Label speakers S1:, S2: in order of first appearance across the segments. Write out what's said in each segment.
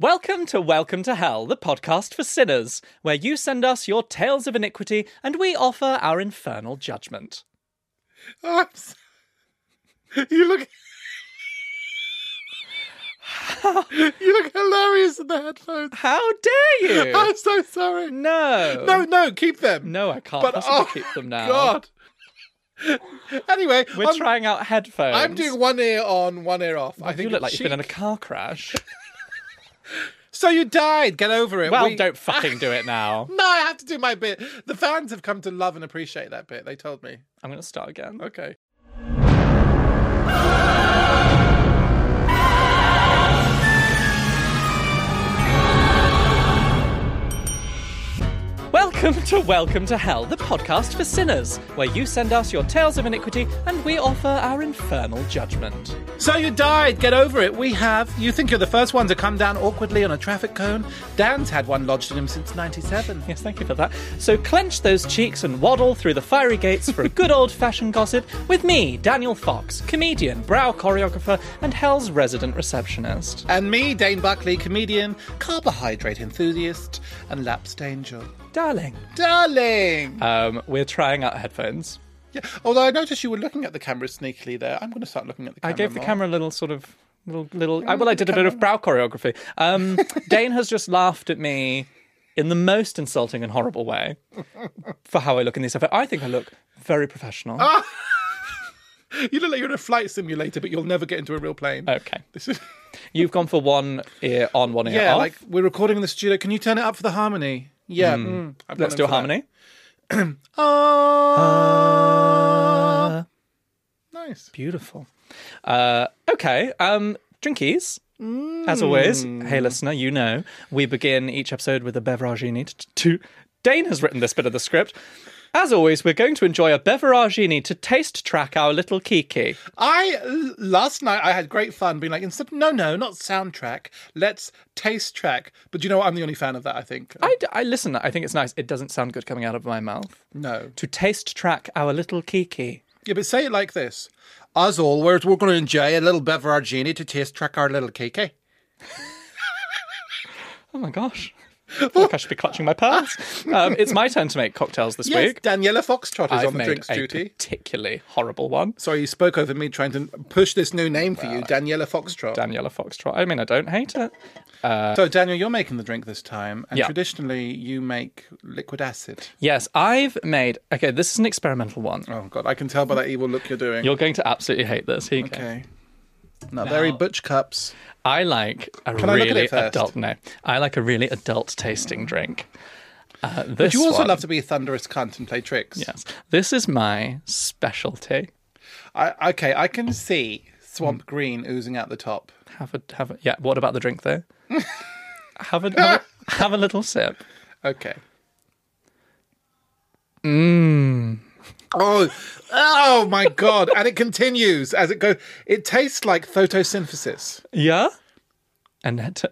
S1: Welcome to Welcome to Hell, the podcast for sinners, where you send us your tales of iniquity and we offer our infernal judgment.
S2: Oh, I'm so... You look. you look hilarious in the headphones.
S1: How dare you? Um,
S2: I'm so sorry.
S1: No.
S2: No, no, keep them.
S1: No, I can't
S2: But-
S1: possibly
S2: oh,
S1: keep them now.
S2: God. anyway,
S1: We're
S2: I'm,
S1: trying out headphones.
S2: I'm doing one ear on, one ear off. I think
S1: You look like
S2: it's
S1: you've been in a
S2: chic.
S1: car crash.
S2: So you died. Get over it.
S1: well,
S2: We-
S1: don't fucking do it now.
S2: No, I have to do my bit. The fans have come to love and appreciate that bit. They told me.
S1: I'm going to start again.
S2: Okay.
S1: Welcome to Welcome to Hell, the podcast for sinners, where you send us your tales of iniquity and we offer our infernal judgment.
S2: So you died. Get over it. We have. You think you're the first one to come down awkwardly on a traffic cone? Dan's had one lodged in him since 97.
S1: Yes, thank you for that. So clench those cheeks and waddle through the fiery gates for a good old fashioned gossip with me, Daniel Fox, comedian, brow choreographer, and Hell's resident receptionist.
S2: And me, Dane Buckley, comedian, carbohydrate enthusiast, and lapsed angel.
S1: Darling,
S2: Darling!
S1: um, we're trying out headphones.
S2: yeah. Although I noticed you were looking at the camera sneakily there. I'm going to start looking at the
S1: I
S2: camera.
S1: gave the
S2: more.
S1: camera a little sort of little little. I, well, I did a bit of brow choreography. Um, Dane has just laughed at me in the most insulting and horrible way for how I look in these outfits. I think I look very professional.
S2: Ah! You look like you're in a flight simulator, but you'll never get into a real plane.
S1: Okay,
S2: This is.
S1: you've gone for one ear on, one ear
S2: Yeah,
S1: off.
S2: like we're recording in the studio. Can you turn it up for the harmony? Yeah. mm. I've gone
S1: Hmm. Let's
S2: in
S1: do a
S2: for that.
S1: harmony.
S2: Ah. nice.
S1: Beautiful. Uh, okay. Um, drinkies. As always,
S2: Mm.
S1: hey listener, you know we begin each episode with a beverage you need to. Dane has written this bit of the script. As always, we're going to enjoy a beverage you need to taste track our little Kiki.
S2: I l- last night I had great fun being like instead no no not soundtrack let's taste track but you know what I'm the only fan of that I think Uh,
S1: I, d- I listen. I think it's nice. It doesn't sound good coming out of my mouth.
S2: no
S1: To taste track our little Kiki.
S2: yeah but say it like this as always we're going to enjoy a little beverage to taste track our little cake eh?
S1: Oh my gosh. I feel like I should be clutching my pearls. Um, it's my turn to make cocktails this
S2: yes
S1: week.
S2: Daniela Foxtrot is
S1: I've
S2: on the
S1: made
S2: drinks
S1: a
S2: duty
S1: particularly horrible one.
S2: sorry you spoke over me trying to push this new name for you Daniela Foxtrot
S1: Daniela Foxtrot. I mean, I don't hate it.
S2: so Daniel you're making the drink this time and
S1: Yeah.
S2: traditionally you make liquid acid
S1: Yes, I've made. Okay, this is an experimental one.
S2: oh god I can tell by that evil look you're doing
S1: You're going to absolutely hate this. Here you go.
S2: okay not very butch cups
S1: I like a
S2: I look at
S1: really
S2: it first?
S1: adult. No, I like a really adult tasting drink. Uh, this
S2: you also
S1: one-
S2: love to be a thunderous cunt and play tricks
S1: Yes, this is my specialty.
S2: I, okay, I can see swamp green oozing out the top.
S1: Have a have. A, yeah. What about the drink though? have a have, a have a little sip.
S2: Okay. Mmm. Oh, oh my god! and it continues as it goes. It tastes like photosynthesis.
S1: Yeah. And that-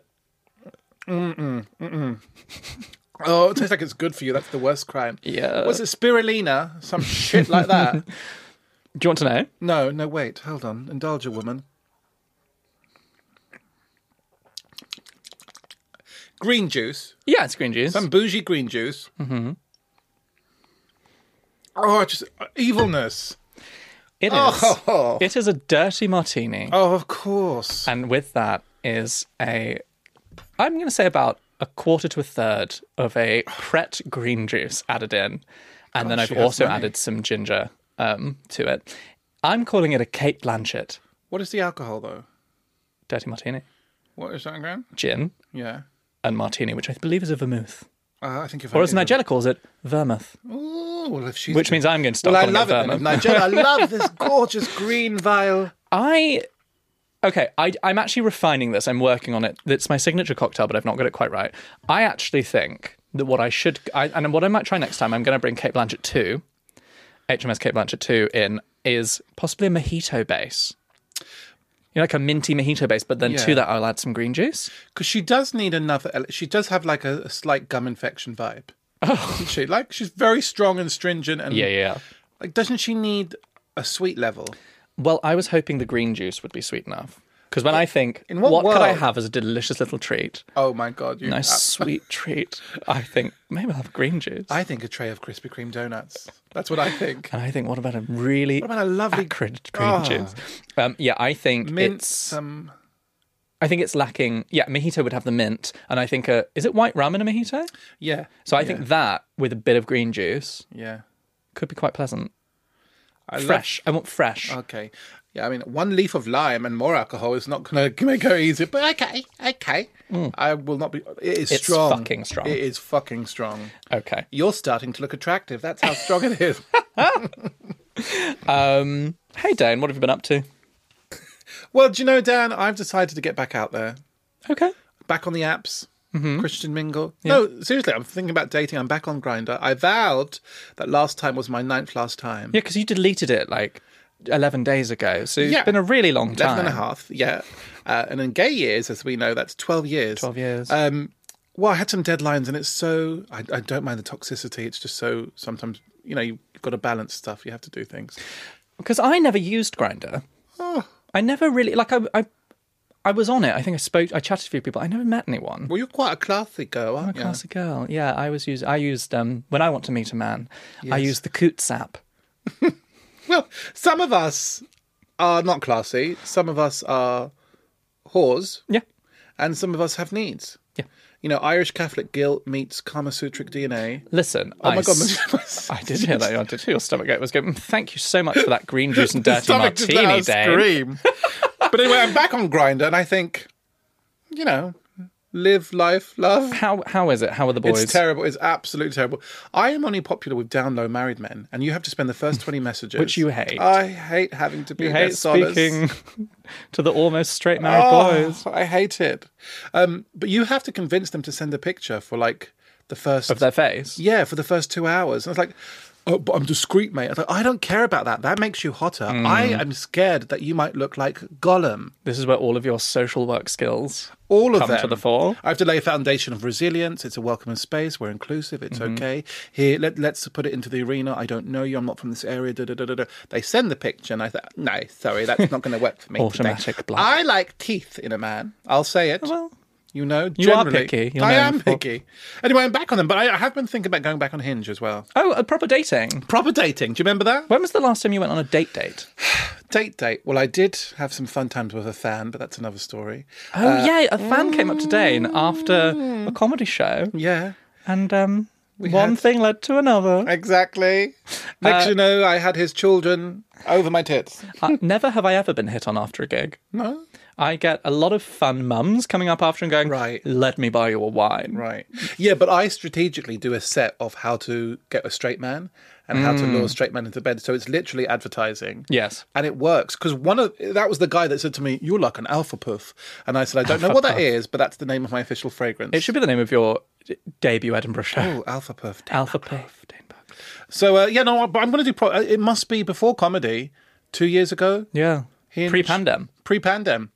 S2: Oh, it tastes like it's good for you. That's the worst crime.
S1: Yeah.
S2: Was it spirulina? Some shit like that?
S1: do you want to know?
S2: No, no. Wait, hold on. Indulge a woman. Green juice.
S1: Yeah, it's green juice.
S2: some bougie green juice. Mm-hmm. Oh, just evilness.
S1: It is.
S2: Oh.
S1: It is a dirty martini.
S2: Oh, of course.
S1: And with that is a, I'm going to say about a quarter to a third of a Pret green juice added in. And then
S2: Gosh,
S1: I've
S2: you have
S1: also
S2: money.
S1: added some ginger um, to it. I'm calling it a Kate Blanchett
S2: What is the alcohol though?
S1: dirty martini,
S2: What is that in gram?
S1: gin
S2: Yeah,
S1: and martini, which I believe is a vermouth.
S2: uh, I think if
S1: Or
S2: I
S1: as Nigella calls it, vermouth,
S2: Ooh, well, if she's
S1: which means I'm going to start
S2: well, I
S1: calling
S2: love
S1: it
S2: it.
S1: vermouth.
S2: Then. If Nigella, I love this gorgeous green vial.
S1: I okay. I, I'm actually refining this. I'm working on it. It's my signature cocktail, but I've not got it quite right. I actually think that what I should I, and what I might try next time. I'm going to bring Kate Blanchett two, HMS Kate Blanchett two in is possibly a mojito base. You know, like a minty mojito base, but then
S2: Yeah.
S1: to that I'll add some green juice.
S2: Because she does need another. ele- She does have like a, a slight gum infection vibe. Doesn't she? Like she's very strong and stringent, and
S1: yeah.
S2: Like, doesn't she need a sweet level?
S1: Well, I was hoping the green juice would be sweet enough. Because when I think,
S2: In
S1: what,
S2: what
S1: could I
S2: world?
S1: have as a delicious little treat?
S2: Oh my god, you
S1: Nice sweet treat. I think maybe I'll have green juice.
S2: I think a tray of Krispy Kreme donuts. That's what I think.
S1: and I think, what about a really
S2: about a lovely- Ah.
S1: acrid green juice? Um, yeah, I think
S2: Mint
S1: it's.
S2: some
S1: I think it's lacking. Yeah, mojito would have the mint, and I think a, is it white rum in a mojito?
S2: yeah.
S1: So I think that with a bit of green juice
S2: yeah.
S1: could be quite pleasant.
S2: I love-
S1: fresh. I want fresh.
S2: okay. Yeah, I mean, one leaf of lime and more alcohol is not going to make her easy, but okay, okay. I will not be. It is
S1: Mm. It's
S2: strong.
S1: fucking strong.
S2: It is fucking strong.
S1: okay.
S2: You're starting to look attractive. That's how strong it is.
S1: Um, hey Dane, what have you been up to?
S2: Well, do you know, Dan? I've decided to get back out there,
S1: Okay.
S2: back on the apps.
S1: Mm-hmm.
S2: Christian Mingle. No, seriously, I'm thinking about dating. I'm back on Grinder. I vowed that last time was my ninth last time.
S1: Yeah, because you deleted it like eleven days ago, so it's
S2: Yeah.
S1: been a really long time.
S2: Eleven and a half, yeah. Uh, and in gay years, as we know, that's 12 years.
S1: 12 years.
S2: Um, well, I had some deadlines, and it's so. I, I don't mind the toxicity. It's just so sometimes, you know, you've got to balance stuff. You have to do things. Oh,
S1: Because I never used Grinder. I never really like. I, I I was on it. I think I spoke. I chatted to a few people. I never met anyone.
S2: Well, you're quite a classy girl, aren't you?
S1: As a girl, yeah, I was use. I used um when I want to meet a man. I used the Coots app.
S2: Well, some of us are not classy. Some of us are whores,
S1: Yeah,
S2: and some of us have needs.
S1: yeah.
S2: You know, Irish Catholic guilt meets Kama Sutric DNA.
S1: Listen,
S2: Oh
S1: I
S2: my god!
S1: s-
S2: my-
S1: I did hear that. I did hear your stomach ache. was going. "Mm, Thank you so much for that green juice and dirty
S2: stomach just let
S1: martini,
S2: out
S1: Dane.
S2: Scream. but anyway, I'm back on Grinder, and I think, you know, live life, love.
S1: How how is it? How are the boys?
S2: It's terrible. It's absolutely terrible. I am only popular with down low married men, and you have to spend the first twenty messages,
S1: Which you hate.
S2: I hate having to be
S1: you
S2: their
S1: hate
S2: solace.
S1: speaking to the almost straight married
S2: Oh,
S1: boys
S2: I hate it. Um, but you have to convince them to send a picture for like the first
S1: of their face.
S2: yeah, for the first two hours. And I was like, oh, but I'm discreet, mate. I was like, I don't care about that. That makes you hotter. I
S1: Mm.
S2: am scared that you might look like Gollum.
S1: This is where all of your social work skills
S2: All of
S1: come
S2: them.
S1: to the fore.
S2: I have to lay a foundation of resilience. It's a welcoming space. We're inclusive. It's
S1: Mm-hmm.
S2: okay. Here, let, let's put it into the arena. I don't know you. I'm not from this area. Da, da, da, da, da. They send the picture, and I thought, no, sorry, that's not going to work for me. today.
S1: Automatic block.
S2: I like teeth in a man. I'll say it.
S1: Well,
S2: you know,
S1: you are
S2: generally.
S1: picky. You're
S2: I
S1: known
S2: am
S1: for-
S2: picky. Anyway, I'm back on them, but I I have been thinking about going back on Hinge as well.
S1: Oh, a proper dating.
S2: Proper dating. Do you remember that?
S1: When was the last time you went on a date date?
S2: Date date. Well, I did have some fun times with a fan, but that's another story.
S1: Oh yeah, a fan came up to Dane after
S2: mm.
S1: a comedy show,
S2: Yeah,
S1: and um, one thing led to another.
S2: exactly. Next, you know, I had his children over my tits.
S1: Uh, never have I ever been hit on after a gig.
S2: No,
S1: I get a lot of fun mums coming up after and going,
S2: Right.
S1: let me buy you a wine.
S2: right. Yeah, but I strategically do a set of how to get a straight man and how to lure a straight man into bed. So it's literally advertising.
S1: Yes.
S2: And it works because one of that was the guy that said to me, "You're like an alpha puff," and I said, "I don't know what that is, but that's the name of my official fragrance."
S1: It should be the name of your d- debut Edinburgh show.
S2: oh, alpha puff.
S1: Alpha Puff. Dane Buck.
S2: So uh, yeah, no, but I'm going to do. Pro- uh, it must be before comedy, two years ago,
S1: Yeah.
S2: Hinge.
S1: Pre-pandem.
S2: pre-pandem,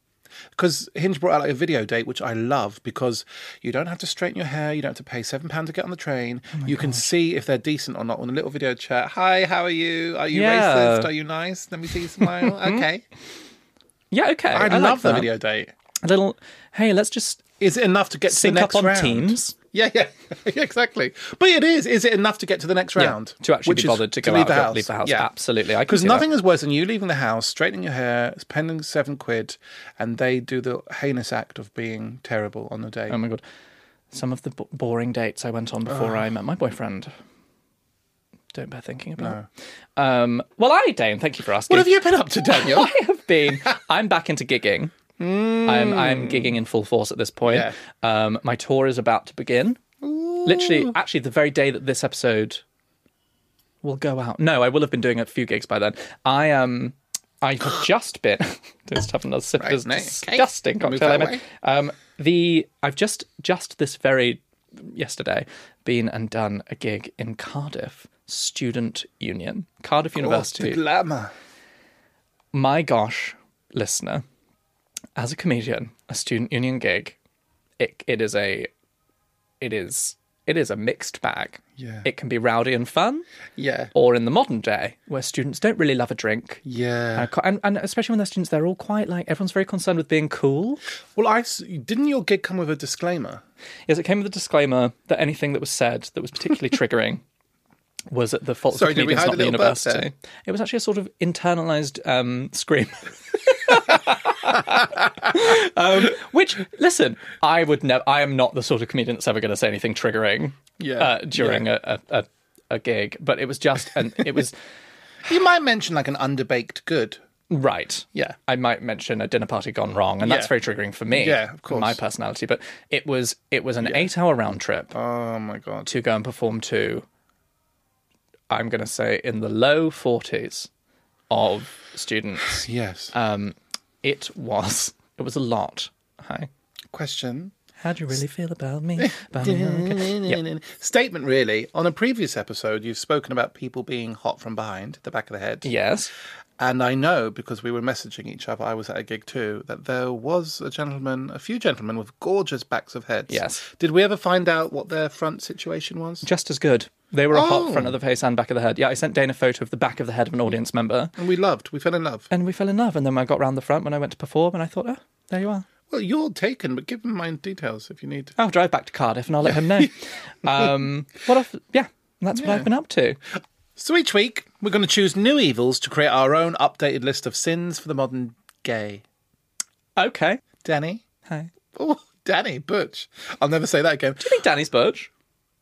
S2: because Hinge brought out like a video date, which I love because you don't have to straighten your hair, you don't have to pay seven pound to get on the train.
S1: Oh
S2: you can see if they're decent or not on a little video chat. Hi, how are you? Are you
S1: Yeah.
S2: racist? Are you nice? Let me see you smile. okay,
S1: Yeah, okay.
S2: I,
S1: like
S2: love the
S1: that.
S2: video date.
S1: A little, hey, let's just
S2: Is it enough to get to
S1: sync
S2: the next
S1: up on
S2: round?
S1: Teams.
S2: Yeah, yeah, Yeah, exactly. But it is. Is it enough to get to the next round?
S1: To actually
S2: Which
S1: be
S2: is
S1: bothered to go out,
S2: leave the
S1: go-
S2: house.
S1: leave the house.
S2: Yeah.
S1: Absolutely. I can
S2: Because
S1: see that.
S2: nothing is worse than you leaving the house, straightening your hair, spending seven quid, and they do the heinous act of being terrible on the day.
S1: Oh my god. Some of the b- boring dates I went on before I met my boyfriend. Don't bear thinking about. Um, well, I, Dane, thank you for asking.
S2: what have you been up to, Daniel?
S1: I have been. I'm back into gigging. I'm, I'm gigging in full force at this point.
S2: Yeah.
S1: Um, my tour is about to begin. Literally, actually, the very day that this episode will go out. No, I will have been doing a few gigs by then. I um, I've just been. just have another sip of this
S2: no, okay.
S1: disgusting
S2: Move
S1: cocktail. I
S2: that
S1: made.
S2: away.
S1: Um, the I've just just this very yesterday been and done a gig in Cardiff Student Union, Cardiff University
S2: the glamour.
S1: my gosh, listener, as a comedian, a student union gig, it, it is a, it is it is a mixed bag.
S2: Yeah.
S1: It can be rowdy and fun,
S2: Yeah.
S1: or in the modern day, where students don't really love a drink.
S2: Yeah.
S1: Uh, co- And, and especially when they're students, they're all quite like everyone's very concerned with being cool.
S2: Well, I s- didn't your gig come with a disclaimer?
S1: Yes, it came with a disclaimer that anything that was said that was particularly triggering was at the fault
S2: Sorry,
S1: of the
S2: did we
S1: comedians,
S2: hide
S1: not the
S2: the little bird there?
S1: university. It was actually a sort of internalized um, scream. um, which, listen, I would never. I am not the sort of comedian that's ever going to say anything triggering
S2: Yeah,
S1: uh, during a, a, a a gig. But it was just, and it was
S2: You might mention like an underbaked good.
S1: right.
S2: Yeah.
S1: I might mention a dinner party gone wrong, and that's
S2: Yeah.
S1: very triggering for me.
S2: Yeah, of course.
S1: my personality. But it was it was an eight-hour round trip.
S2: Oh my god.
S1: to go and perform to, I'm going to say, in the low 40s of students.
S2: Yes.
S1: Um, it was it was a lot. Hi.
S2: Question.
S1: How do you really feel about me? About me? Okay.
S2: Statement really. On a previous episode, you've spoken about people being hot from behind, the back of the head.
S1: Yes.
S2: And I know because we were messaging each other, I was at a gig too, that there was a gentleman, a few gentlemen with gorgeous backs of heads.
S1: Yes.
S2: Did we ever find out what their front situation was?
S1: Just as good. They were a hot
S2: Oh.
S1: front of the face and back of the head. Yeah, I sent Dane a photo of the back of the head of an audience member,
S2: And we loved, we fell in love.
S1: and we fell in love. And then when I got round the front when I went to perform, and I thought, oh, there you are.
S2: Well, you're taken, but give them my details if you need.
S1: I'll drive back to Cardiff and I'll let him know. um, what? If, yeah, that's what I've been up to.
S2: So each week, we're going to choose new evils to create our own updated list of sins for the modern gay.
S1: Okay.
S2: Danny?
S1: Hi.
S2: Oh, Danny, Butch. I'll never say that again.
S1: I think Danny's Birch.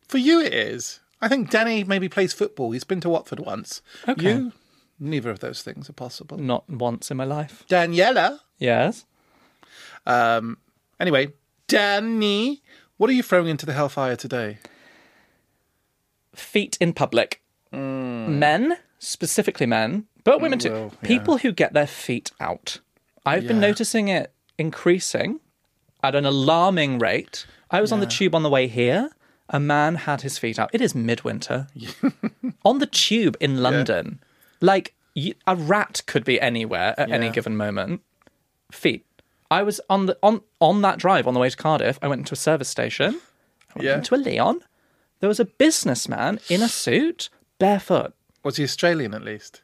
S2: For you, it is. I think Danny maybe plays football. He's been to Watford once.
S1: Okay.
S2: You? Neither of those things are possible.
S1: Not once in my life.
S2: Daniela? um,
S1: Yes.
S2: Anyway, Danny, what are you throwing into the hellfire today?
S1: Feet in public. Men, specifically men, but women too.
S2: Hmm. well, yeah.
S1: People who get their feet out. I've been
S2: Yeah.
S1: noticing it increasing at an alarming rate. I was on the tube on the way here. A man had his feet out. It is midwinter. on the tube in London. Like y- a rat could be anywhere at any
S2: Yeah.
S1: given moment. Feet. I was on the on on that drive on the way to Cardiff. I went into a service station. I went
S2: Yeah.
S1: into a Leon. There was a businessman in a suit, barefoot.
S2: Was he Australian at least?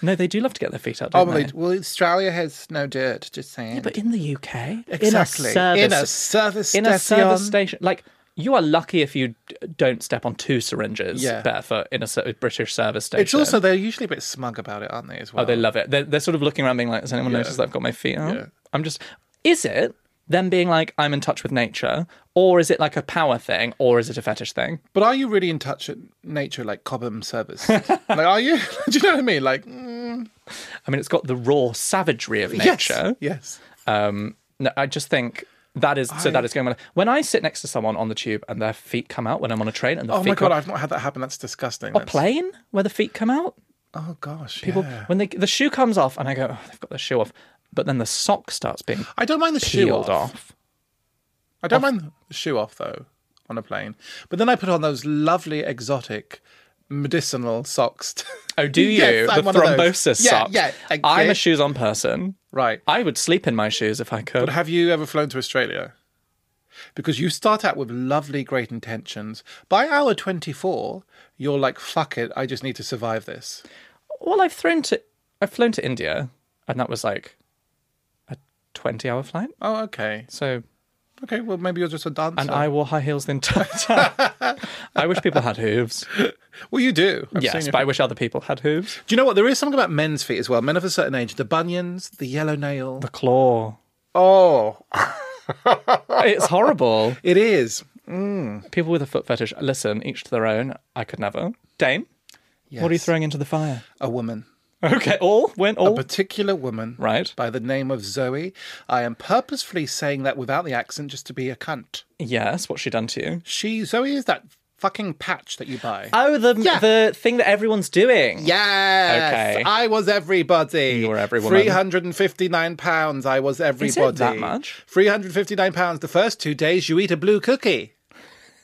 S1: No, they do love to get their feet out,
S2: Oh,
S1: don't
S2: well,
S1: they?
S2: they- well, Australia has no dirt, just saying.
S1: But in the UK,
S2: exactly.
S1: in a
S2: In a
S1: service,
S2: service
S1: in a service
S2: station.
S1: station, like you are lucky if you d- don't step on two syringes
S2: Yeah.
S1: barefoot in a ser- British service station.
S2: It's also, they're usually a bit smug about it, aren't they, as well?
S1: Oh, they love it. They're, they're sort of looking around, being like, "Has anyone noticed that I've got my feet out?"
S2: Yeah.
S1: I'm just. Is it them being like, "I'm in touch with nature," or is it like a power thing, or is it a fetish thing?
S2: But are you really in touch with nature, like Cobham service? like, are you? Do you know what I mean? Like,
S1: I mean, it's got the raw savagery of
S2: yes,
S1: nature.
S2: yes.
S1: Um, no, I just think. That is so.
S2: I-
S1: That is going on. When I sit next to someone on the tube and their feet come out when I'm on a train and the
S2: Oh
S1: feet
S2: my god,
S1: come out,
S2: I've not had that happen. That's disgusting.
S1: a plane where the feet come out.
S2: oh gosh,
S1: People
S2: yeah.
S1: when they, the shoe comes off and I go, oh, they've got their shoe off, but then the sock starts being
S2: I don't mind the shoe
S1: peeled
S2: off.
S1: off.
S2: I don't mind the shoe off though on a plane. But then I put on those lovely exotic medicinal socks.
S1: Oh, do you?
S2: Yes, I'm
S1: the
S2: one of those.
S1: thrombosis
S2: Yeah,
S1: socks.
S2: yeah, okay.
S1: I'm a shoes on person.
S2: right.
S1: I would sleep in my shoes if I could.
S2: But have you ever flown to Australia? Because you start out with lovely, great intentions. By hour 24, you're like, fuck it, I just need to survive this.
S1: Well, I've thrown to I've flown to India, and that was like a twenty-hour flight.
S2: Oh, okay.
S1: So,
S2: Okay, well, maybe you're just a dancer.
S1: and I wore high heels the entire time. I wish people had hooves.
S2: Well, you do. I've seen
S1: yes,
S2: you.
S1: but I wish other people had hooves.
S2: Do you know what? There is something about men's feet as well. Men of a certain age, the bunions, the yellow nail.
S1: The claw.
S2: Oh,
S1: It's horrible.
S2: it is.
S1: People with a foot fetish. Listen, each to their own. I could never. Dane, what are you
S2: Yes.
S1: throwing into the fire?
S2: A woman,
S1: Okay, Uh, all went all
S2: a particular woman,
S1: right.
S2: by the name of Zoe. I am purposefully saying that without the accent, just to be a cunt.
S1: Yes, what's she done to you?
S2: She, Zoe, is that fucking patch that you buy.
S1: Oh, the
S2: Yeah.
S1: the thing that everyone's doing.
S2: Yes,
S1: Okay.
S2: I was everybody.
S1: You were every woman.
S2: Three hundred and fifty-nine pounds. I was everybody.
S1: that much?
S2: Three hundred fifty-nine pounds. The first two days, you eat a blue cookie.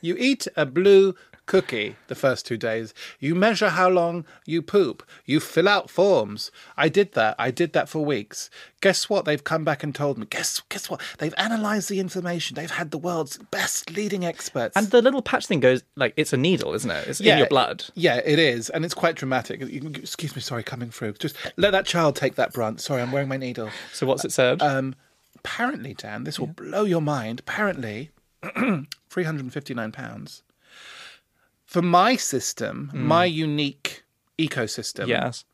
S2: You eat a blue cookie the first two days. You measure how long you poop. You fill out forms. I did that. I did that for weeks. Guess what? They've come back and told me. Guess guess what? They've analysed the information. They've had the world's best leading experts.
S1: And the little patch thing goes like it's a needle, isn't it? It's in your blood.
S2: Yeah, it is, and it's quite dramatic. You can- Excuse me, sorry, coming through. Just let that child take that brunt. Sorry, I'm wearing my needle.
S1: So what's it said?
S2: Um, apparently, Dan, this will blow your mind. Apparently, three hundred and fifty-nine pounds for my system, my
S1: Mm.
S2: unique ecosystem.
S1: yes.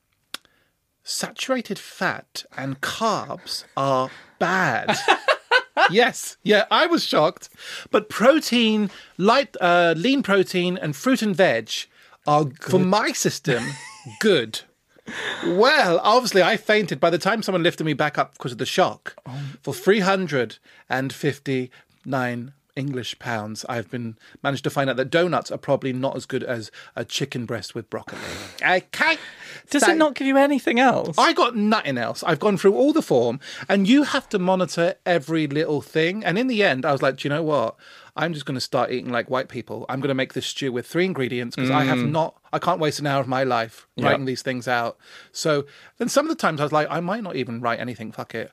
S2: Saturated fat and carbs are bad. yes, yeah, I was shocked, but protein, light, uh, lean protein, and fruit and veg are for my system good. Well, obviously, I fainted by the time someone lifted me back up because of the shock. For three hundred and fifty-nine English pounds, I've been managed to find out that donuts are probably not as good as a chicken breast with broccoli. Okay,
S1: Does
S2: So-
S1: it not give you anything else?
S2: I got nothing else. I've gone through all the form, and you have to monitor every little thing. And in the end, I was like, do you know what? I'm just going to start eating like white people. I'm going to make this stew with three ingredients because I have not, I can't waste an hour of my life writing these things out. So then some of the times I was like, I might not even write anything, fuck it.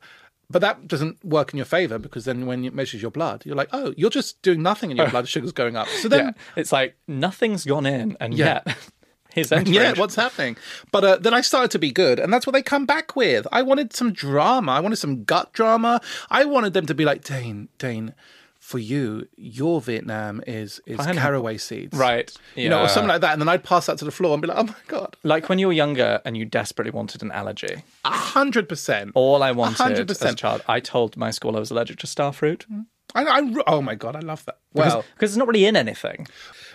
S2: But that doesn't work in your favor because then when it measures your blood, you're like, oh, you're just doing nothing and your blood sugar's going up. So then
S1: yeah. It's like nothing's gone in, and
S2: Yeah.
S1: yet his entrance.
S2: yeah, what's happening? But uh, then I started to be good, and that's what they come back with. I wanted some drama. I wanted some gut drama. I wanted them to be like Dane, Dane. For you, your Vietnam is is caraway seeds,
S1: Right.
S2: You know, or
S1: Yeah.
S2: something like that. And then I'd pass that to the floor and be like, "Oh my god,
S1: Like when you were younger and you desperately wanted an allergy.
S2: a hundred percent."
S1: All I wanted as a
S2: 100%.
S1: child, I told my school I was allergic to star fruit.
S2: I, I, oh my god, I love that.
S1: Because
S2: Well,
S1: because it's not really in anything.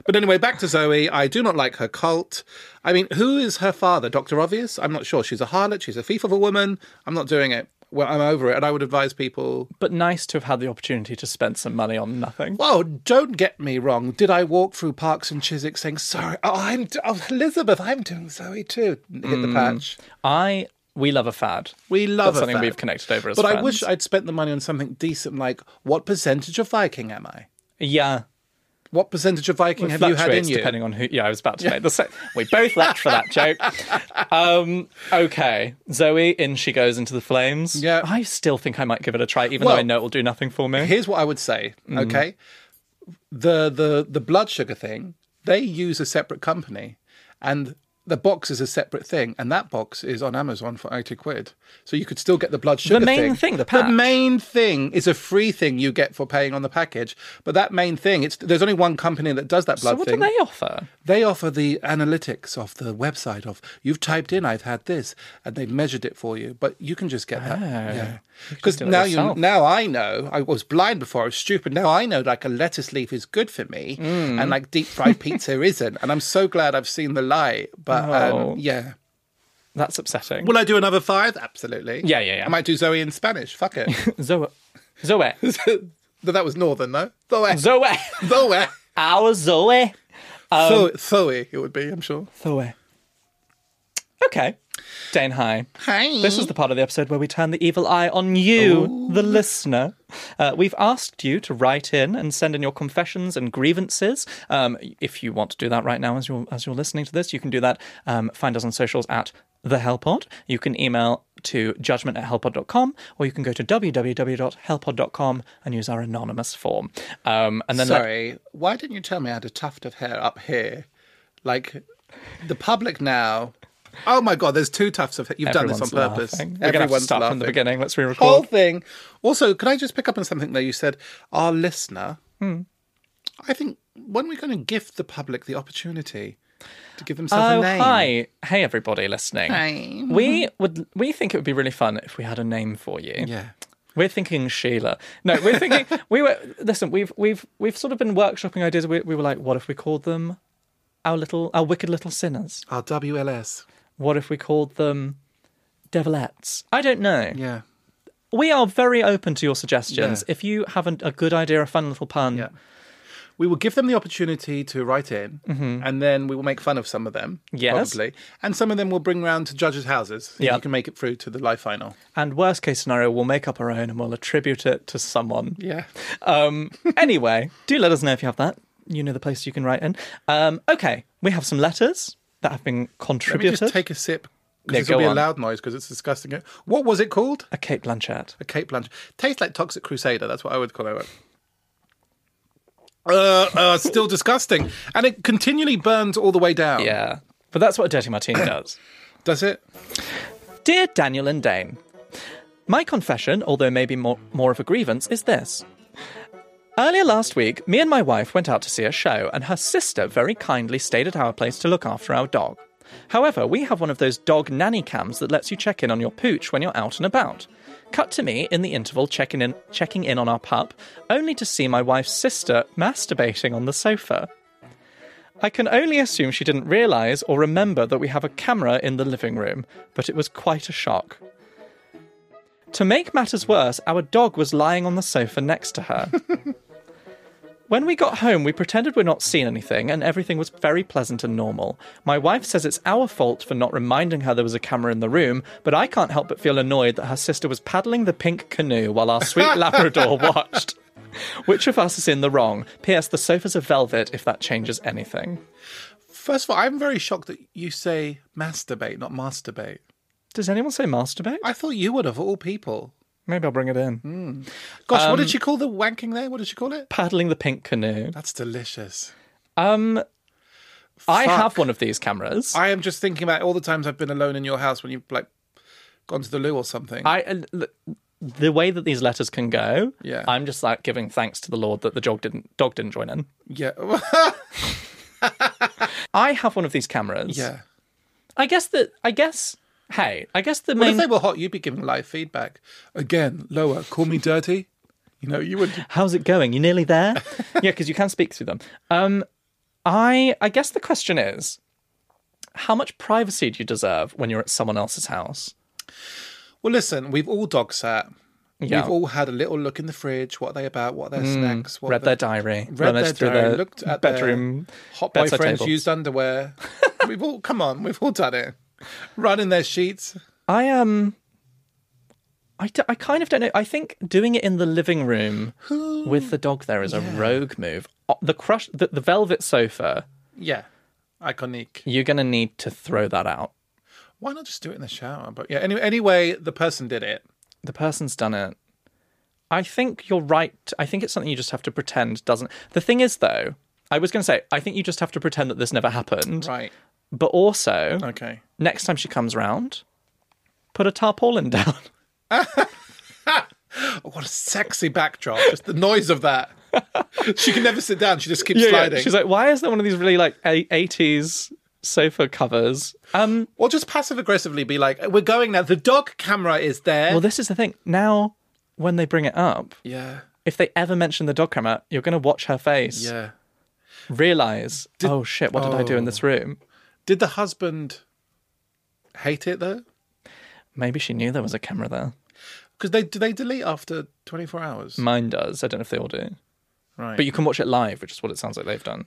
S2: But anyway, back to Zoe. I do not like her cult. I mean, who is her father? Dr. Obvious? I'm not sure. She's a harlot. She's a thief of a woman. I'm not doing it. Well, I'm over it. And I would advise people
S1: But nice to have had the opportunity to spend some money on nothing.
S2: Well, don't get me wrong. Did I walk through Parks and Chiswick saying, sorry, oh, I'm, d- oh, Elizabeth, I'm doing Zoe too? Hit the patch.
S1: I we love a fad.
S2: We
S1: Hmm.
S2: love
S1: That's
S2: a
S1: something
S2: fad.
S1: we've connected over as
S2: But I
S1: friends.
S2: wish I'd spent the money on something decent, like what percentage of Viking am I?
S1: yeah.
S2: What percentage of Viking have you had in
S1: fluctuates
S2: you?
S1: depending on who. Yeah, I was about to make the same. We both left for that joke. Um, okay, Zoe, in she goes into the flames.
S2: Yeah.
S1: I still think I might give it a try, even
S2: Well-
S1: though I know it will do nothing for me.
S2: Here's what I would say,
S1: Mm-hmm.
S2: okay? The, the, the blood sugar thing, they use a separate company and the box is a separate thing and that box is on Amazon for 80 quid. So you could still get the blood sugar
S1: main thing, the patch.
S2: The main thing is a free thing you get for paying on the package. But that main thing, it's there's only one company that does that blood
S1: So what
S2: thing.
S1: do they offer?
S2: They offer the analytics of the website of you've typed in I've had this and they've measured it for you, but you can just get
S1: Ah,
S2: that. Yeah. Because
S1: do it
S2: now you
S1: yourself.
S2: now I know I was blind before I was stupid. Now I know like a lettuce leaf is good for me
S1: Mm.
S2: and like deep fried pizza isn't. And I'm so glad I've seen the light. But
S1: Oh.
S2: um, yeah.
S1: That's upsetting.
S2: Will I do another five? Absolutely.
S1: Yeah, yeah, yeah.
S2: I might do Zoe in Spanish. Fuck it.
S1: Zoe, Zoe,
S2: but that was northern though. Zoe.
S1: Zoe,
S2: Zoe.
S1: our Zoe, Um,
S2: Zoe. Zoe it would be, I'm sure.
S1: Zoe. Okay, Dane, hi.
S2: Hi.
S1: This is the part of the episode where we turn the evil eye on you,
S2: Oh,
S1: the listener. Uh, we've asked you to write in and send in your confessions and grievances. Um, if you want to do that right now, as you're as you're listening to this, you can do that. Um, find us on socials at the Hellpod. You can email to judgment at hellpod.com or you can go to www.hellpod.com and use our anonymous form. Um, and then let-
S2: Sorry, why didn't you tell me I had a tuft of hair up here? Like, the public now. Oh my god, there's two tufts of hair. You've done
S1: everyone's
S2: this on purpose.
S1: laughing. We're going to
S2: Everyone's
S1: start
S2: laughing.
S1: from the beginning. Let's re-record.
S2: Whole thing. Also, could I just pick up on something there? You said our listener.
S1: Hmm.
S2: I think when we're going to give the public the opportunity to give themselves
S1: Oh,
S2: a name.
S1: hi. Hey, everybody listening.
S2: Hi.
S1: We would we think it would be really fun if we had a name for you.
S2: Yeah.
S1: We're thinking Sheila. No, we're thinking we were listen, we've we've we've sort of been workshopping ideas. We we were like, what if we called them our little our wicked little sinners?
S2: Our WLS.
S1: What if we called them devilettes? I don't know.
S2: Yeah.
S1: We are very open to your suggestions.
S2: Yeah.
S1: If you have an, a good idea, a fun little pun,
S2: Yeah. We will give them the opportunity to write in, and then we will make fun of some of them,
S1: Mm-hmm. Yes.
S2: probably, and some of them we'll bring round to judges' houses. Yeah,
S1: Yeah.
S2: you can make it through to the live final.
S1: and worst case scenario, we'll make up our own and we'll attribute it to someone.
S2: Yeah,
S1: Um, anyway, do let us know if you have that. you know the place you can write in. Um, okay, we have some letters that have been
S2: Let me
S1: contributed.
S2: just take a sip. 'cause
S1: Yeah,
S2: this will
S1: go
S2: be a
S1: on.
S2: loud noise because it's disgusting. What was it called?
S1: a Kate Blanchett.
S2: A Cape Blanchett. Tastes like Toxic Crusader. That's what I would call it. Uh, uh, still disgusting, and it continually burns all the way down.
S1: Yeah, but that's what a dirty martini does.
S2: Does it?
S1: Dear Daniel and Dane, my confession, although maybe more, more of a grievance, is this. Earlier last week, me and my wife went out to see a show, and her sister very kindly stayed at our place to look after our dog. However, we have one of those dog nanny cams that lets you check in on your pooch when you're out and about. Cut to me in the interval checking in, checking in on our pup, only to see my wife's sister masturbating on the sofa. I can only assume she didn't realise or remember that we have a camera in the living room, but it was quite a shock. To make matters worse, our dog was lying on the sofa next to her. when we got home, we pretended we're not seen anything, and everything was very pleasant and normal. My wife says it's our fault for not reminding her there was a camera in the room, but I can't help but feel annoyed that her sister was paddling the pink canoe while our sweet Labrador watched. Which of us is in the wrong? P.S. The sofas are velvet if that changes anything.
S2: First of all, I'm very shocked that you say masturbate, not masturbate.
S1: Does anyone say masturbate?
S2: I thought you would, of all people.
S1: Maybe I'll bring it in.
S2: Gosh,
S1: Um,
S2: what did she call the wanking there? What did she call it?
S1: Paddling the pink canoe.
S2: That's delicious.
S1: Um, I
S2: Fuck.
S1: have one of these cameras.
S2: I am just thinking about all the times I've been alone in your house when you've like gone to the loo or something.
S1: I, uh, l- the way that these letters can go,
S2: Yeah.
S1: I'm just like giving thanks to the Lord that the dog didn't dog didn't join in.
S2: yeah,
S1: I have one of these cameras.
S2: yeah.
S1: I guess that I guess hey, I guess the
S2: But
S1: main
S2: if they were hot, you'd be giving live feedback. Again, lower. Call me dirty. You know, you would.
S1: How's it going? You nearly there? yeah, because you can speak through them. Um, I I guess the question is, how much privacy do you deserve when you're at someone else's house?
S2: Well, listen, we've all dog sat.
S1: Yeah. Hmm.
S2: We've all had a little look in the fridge. What are they about? What are their snacks? What
S1: Read
S2: are
S1: their
S2: their
S1: diary,
S2: read
S1: rummaged
S2: their
S1: through
S2: diary,
S1: their
S2: looked at their
S1: bedroom.
S2: hot
S1: bedside
S2: boyfriends
S1: table.
S2: used underwear. we've all come on. We've all done it. Run in their sheets.
S1: I um, I, d- I kind of don't know. I think doing it in the living room with the dog there is a rogue move. Oh, The crush, the, the velvet sofa.
S2: Yeah, iconic.
S1: You're gonna need to throw that out.
S2: Why not just do it in the shower? But yeah, anyway, anyway, the person did it.
S1: The person's done it. I think you're right. I think it's something you just have to pretend doesn't. The thing is, though, I was going to say, I think you just have to pretend that this never happened.
S2: Right.
S1: But also,
S2: Okay.
S1: next time she comes round, put a tarpaulin down.
S2: Oh, what a sexy backdrop! Just the noise of that. she can never sit down. She just keeps sliding.
S1: She's like, why is there one of these really like eighties sofa covers? Um,
S2: or just passive aggressively be like, "We're going now. The dog camera is there."
S1: well, this is the thing. Now, when they bring it up,
S2: yeah.
S1: if they ever mention the dog camera, you're going to watch her face,
S2: Yeah.
S1: realize, oh shit, what did I do in this room?
S2: Did the husband hate it though?
S1: Maybe she knew there was a camera there.
S2: Because they do they delete after twenty four hours,
S1: Mine does. I don't know if they all do,
S2: right?
S1: but you can watch it live, which is what it sounds like they've done.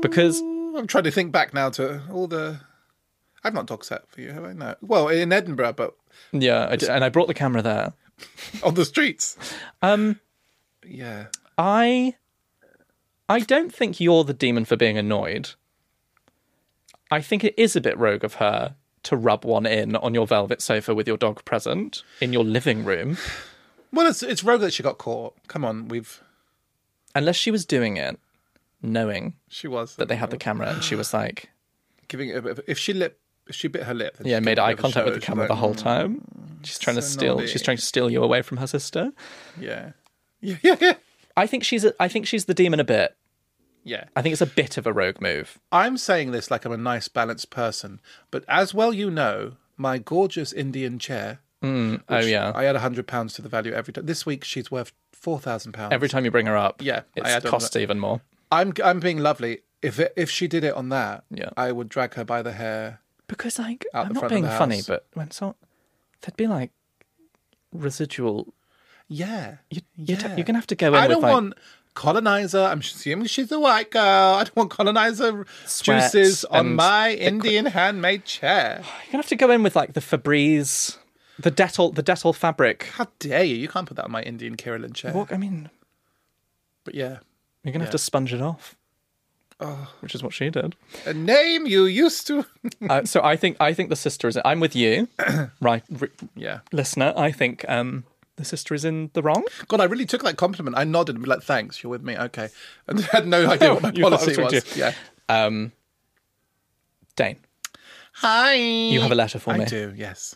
S1: Because
S2: I'm trying to think back now to all the. I've not dog sat for you, have I? No. Well, in Edinburgh, but
S1: yeah, I did, and I brought the camera there.
S2: on the streets.
S1: Um,
S2: Yeah.
S1: I I don't think you're the demon for being annoyed. I think it is a bit rogue of her to rub one in on your velvet sofa with your dog present in your living room,
S2: Well, it's it's rogue that she got caught. Come on, we've
S1: unless she was doing it knowing
S2: she was
S1: that they had the camera and she was like,
S2: giving it a bit. Of, if she lip, if she bit her lip, then
S1: yeah,
S2: she's
S1: made
S2: giving
S1: eye
S2: it a
S1: contact with the
S2: show. She's
S1: camera the
S2: like,
S1: whole time. She's trying to
S2: so
S1: steal.
S2: naughty.
S1: She's trying to steal you away from her sister.
S2: Yeah. Yeah, yeah, yeah,
S1: I think she's. A, I think she's the demon a bit.
S2: yeah.
S1: I think it's a bit of a rogue move.
S2: I'm saying this like I'm a nice, balanced person, but as well you know, my gorgeous Indian chair.
S1: oh yeah.
S2: I add hundred pounds to the value every time. This week she's worth four thousand pounds.
S1: Every time you bring her up,
S2: Yeah, I add
S1: it's
S2: on
S1: cost even more.
S2: I'm I'm being lovely. If it, if she did it on that,
S1: Yeah.
S2: I would drag her by the hair.
S1: Because like
S2: Out
S1: I'm
S2: the
S1: not
S2: front of
S1: being
S2: the
S1: funny,
S2: house.
S1: but when so there'd be like residual.
S2: Yeah,
S1: You, you'd,
S2: Yeah.
S1: You're gonna have to go in.
S2: I
S1: with,
S2: don't
S1: like,
S2: want colonizer. I'm assuming she's a white girl. I don't want colonizer
S1: Sweats
S2: juices on
S1: and
S2: my Indian handmade chair.
S1: You're gonna have to go in with like the Febreze, the Dettol, the Dettol fabric.
S2: How dare you? You can't put that on my Indian Kirillin chair.
S1: What I mean,
S2: But yeah,
S1: you're gonna have to sponge it off. which is what she did.
S2: A name you used to.
S1: uh, so I think I think the sister is. I'm with you, right, r-
S2: yeah.
S1: listener. I think um, the sister is in the wrong.
S2: God, I really took that compliment. I nodded and be like, "Thanks, you're with me." Okay, and had no idea what my
S1: You thought I
S2: policy
S1: was with
S2: was.
S1: you.
S2: Yeah.
S1: Um, Dane,
S2: Hi.
S1: you have a letter for
S2: I
S1: me.
S2: do. Yes.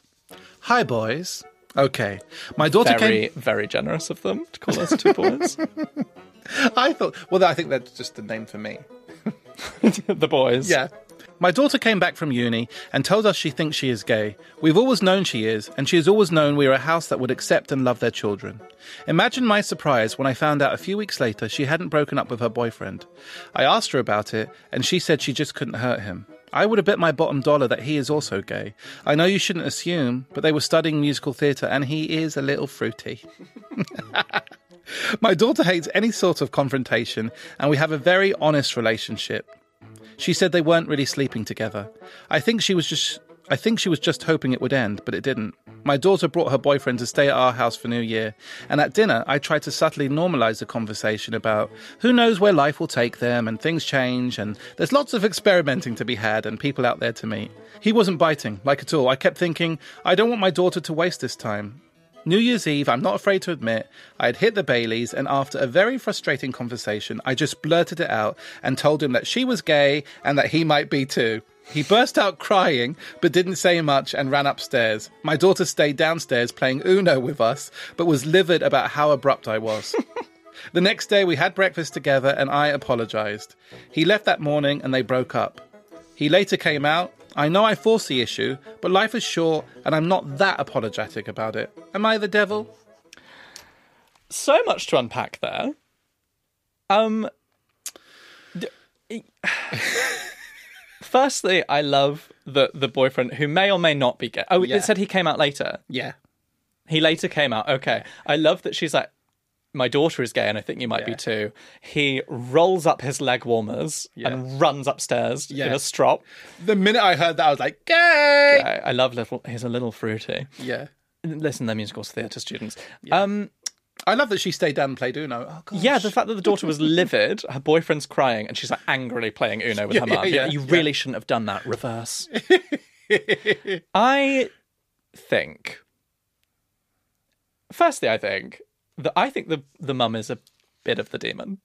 S2: Hi, boys. Okay, my daughter
S1: Very, very generous of them to call us two boys.
S2: came. I thought. Well, I think that's just the name for me.
S1: the boys.
S2: Yeah. My daughter came back from uni and told us she thinks she is gay. We've always known she is, and she has always known we are a house that would accept and love their children. Imagine my surprise when I found out a few weeks later she hadn't broken up with her boyfriend. I asked her about it, and she said she just couldn't hurt him. I would have bet my bottom dollar that he is also gay. I know you shouldn't assume, but they were studying musical theatre, and he is a little fruity. my daughter hates any sort of confrontation, and we have a very honest relationship. She said they weren't really sleeping together. I think she was just I think she was just hoping it would end, but it didn't. My daughter brought her boyfriend to stay at our house for New Year, and at dinner I tried to subtly normalize the conversation about who knows where life will take them and things change and there's lots of experimenting to be had and people out there to meet. He wasn't biting, like at all. I kept thinking, I don't want my daughter to waste this time. New Year's Eve, I'm not afraid to admit, I had hit the Baileys, and after a very frustrating conversation, I just blurted it out and told him that she was gay and that he might be too. He burst out crying, but didn't say much and ran upstairs. My daughter stayed downstairs playing Uno with us, but was livid about how abrupt I was. the next day, we had breakfast together, and I apologized. He left that morning, and they broke up. He later came out. I know I forced the issue, but life is short and I'm not that apologetic about it. Am I the devil?
S1: So much to unpack there. Um. d- e- Firstly, I love the the boyfriend who may or may not be gay. Oh,
S2: Yeah.
S1: it said he came out later.
S2: Yeah.
S1: He later came out. Okay. I love that she's like, my daughter is gay and I think you might be too. He rolls up his leg warmers and runs upstairs in
S2: Yeah.
S1: a strop.
S2: The minute I heard that, I was like, gay!
S1: I, I love little, he's a little fruity.
S2: Yeah.
S1: Listen, they're musical theatre students. Um,
S2: I love that she stayed down and played Uno. Oh, God.
S1: yeah, the fact that the daughter was livid, her boyfriend's crying, and she's like angrily playing Uno with her
S2: yeah,
S1: mum.
S2: yeah,
S1: you
S2: yeah.
S1: really shouldn't have done that. Reverse. I think. Firstly, I think that I think the the mum is a bit of the demon.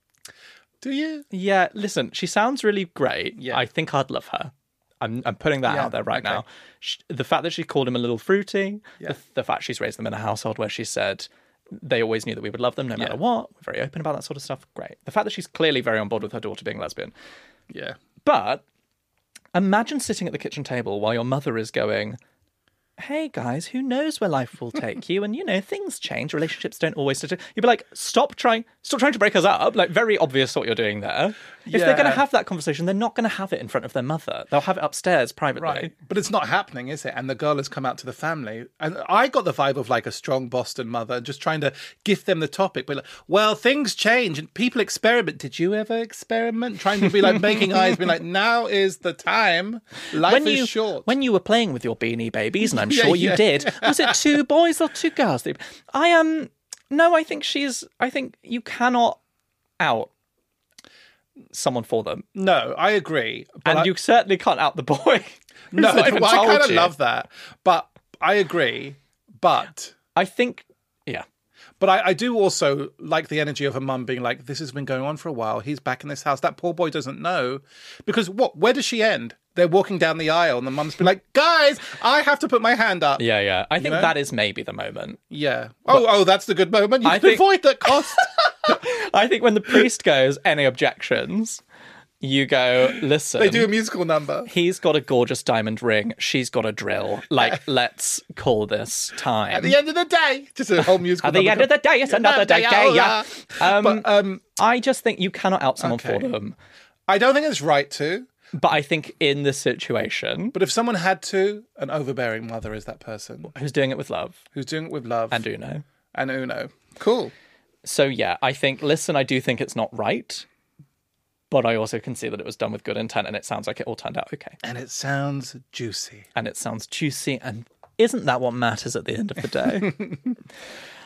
S2: Do you?
S1: Yeah, listen, she sounds really great.
S2: Yeah.
S1: I think I'd love her. I'm, I'm putting that
S2: Yeah,
S1: out there right
S2: okay.
S1: now. Sh the fact that she called him a little fruity,
S2: Yeah.
S1: the, the fact she's raised them in a household where she said they always knew that we would love them no matter what, we're very open about that sort of stuff, great. The fact that she's clearly very on board with her daughter being lesbian.
S2: Yeah.
S1: But imagine sitting at the kitchen table while your mother is going, Hey guys, who knows where life will take you? And you know, things change. Relationships don't always. You'd be like, stop trying, stop trying to break us up. Like, very obvious what you're doing there. If they're going to
S2: Yeah.
S1: have that conversation, they're not going to have it in front of their mother. They'll have it upstairs privately.
S2: Right. But it's not happening, is it? And the girl has come out to the family. And I got the vibe of like a strong Boston mother just trying to gift them the topic. But like, well, things change and people experiment. Did you ever experiment? Trying to be like making eyes, being like, now is the time. Life
S1: When
S2: is
S1: you
S2: short.
S1: when you were playing with your beanie babies, and I'm
S2: Yeah,
S1: sure you
S2: yeah.
S1: did, was it two boys or two girls? that you- I Um, no, I think she's. I think you cannot out someone for them.
S2: No, I agree. But
S1: and
S2: I-
S1: you certainly can't out the boy. who's
S2: no,
S1: not even
S2: well, I
S1: told
S2: kind of
S1: you.
S2: love that, but I agree. But
S1: I think, yeah,
S2: but I, I do also like the energy of a mum being like, "This has been going on for a while. He's back in this house. That poor boy doesn't know." Because what? Where does she end? They're walking down the aisle, and the mum's been like, "Guys, I have to put my hand up." Yeah.
S1: yeah, yeah. I think that is maybe the moment.
S2: Oh, oh, that's the good moment. You
S1: I
S2: can
S1: think-
S2: avoid that cost.
S1: I think when the priest goes, any objections? You go. Listen,
S2: they do a musical number.
S1: He's got a gorgeous diamond ring. She's got a drill. Like, let's call this time.
S2: At the end of the day, just a whole musical.
S1: At the
S2: number
S1: end of the day, it's another day. Yeah. Um,
S2: But um,
S1: I just think you cannot out someone
S2: Okay.
S1: for them.
S2: I don't think it's right to.
S1: But I think in this situation,
S2: But if someone had to, an overbearing mother is that person
S1: who's doing it with love?
S2: who's doing it with love
S1: And you know?
S2: and Uno. Cool.
S1: So yeah, I think listen, I do think it's not right, but I also can see that it was done with good intent and it sounds like it all turned out okay.
S2: And it sounds juicy.
S1: And it sounds juicy and isn't that what matters at the end of the day?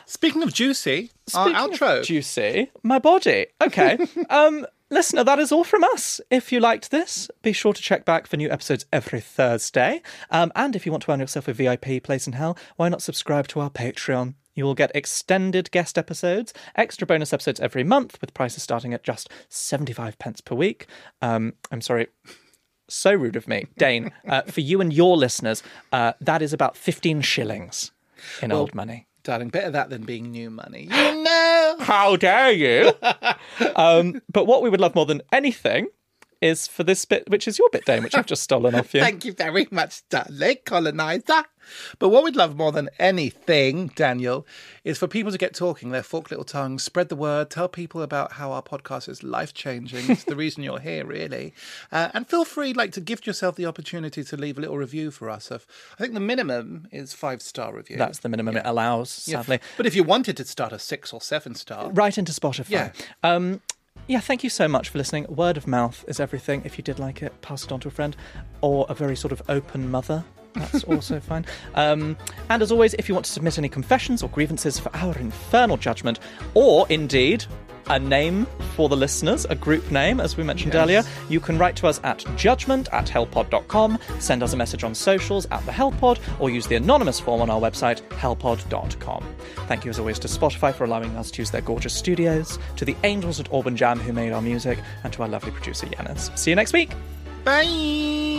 S2: Speaking of juicy,
S1: Speaking
S2: our
S1: of
S2: outro.
S1: juicy. My body. Okay. um listener, that is all from us. If you liked this, be sure to check back for new episodes every Thursday. Um, and if you want to earn yourself a VIP place in hell, why not subscribe to our Patreon? You will get extended guest episodes, extra bonus episodes every month, with prices starting at just 75 pence per week. Um, I'm sorry. So rude of me, Dane. Uh, for you and your listeners, uh, that is about 15 shillings in old money.
S2: Darling, better that than being new money. You know.
S1: How dare you? um, but what we would love more than anything is for this bit, which is your bit, Dane, which I've just stolen off you.
S2: Thank you very much, darling colonizer. But what we'd love more than anything, Daniel, is for people to get talking, their forked little tongues, spread the word, tell people about how our podcast is life changing. it's the reason you're here, really. Uh, and feel free, like, to give yourself the opportunity to leave a little review for us. Of, I think the minimum is five star review.
S1: That's the minimum it allows, sadly.
S2: But if you wanted to start a six or seven star,
S1: Right into Spotify.
S2: Yeah.
S1: Um, yeah, thank you so much for listening. Word of mouth is everything. If you did like it, pass it on to a friend or a very sort of open mother. That's also fine. Um, and as always, if you want to submit any confessions or grievances for our infernal judgment, or indeed a name for the listeners, a group name, as we mentioned earlier, you can write to us at judgment at hellpod.com, send us a message on socials at the hellpod, or use the anonymous form on our website, hellpod.com. Thank you, as always, to Spotify for allowing us to use their gorgeous studios, to the angels at Auburn Jam who made our music, and to our lovely producer, Yanis. See you next week.
S2: bye.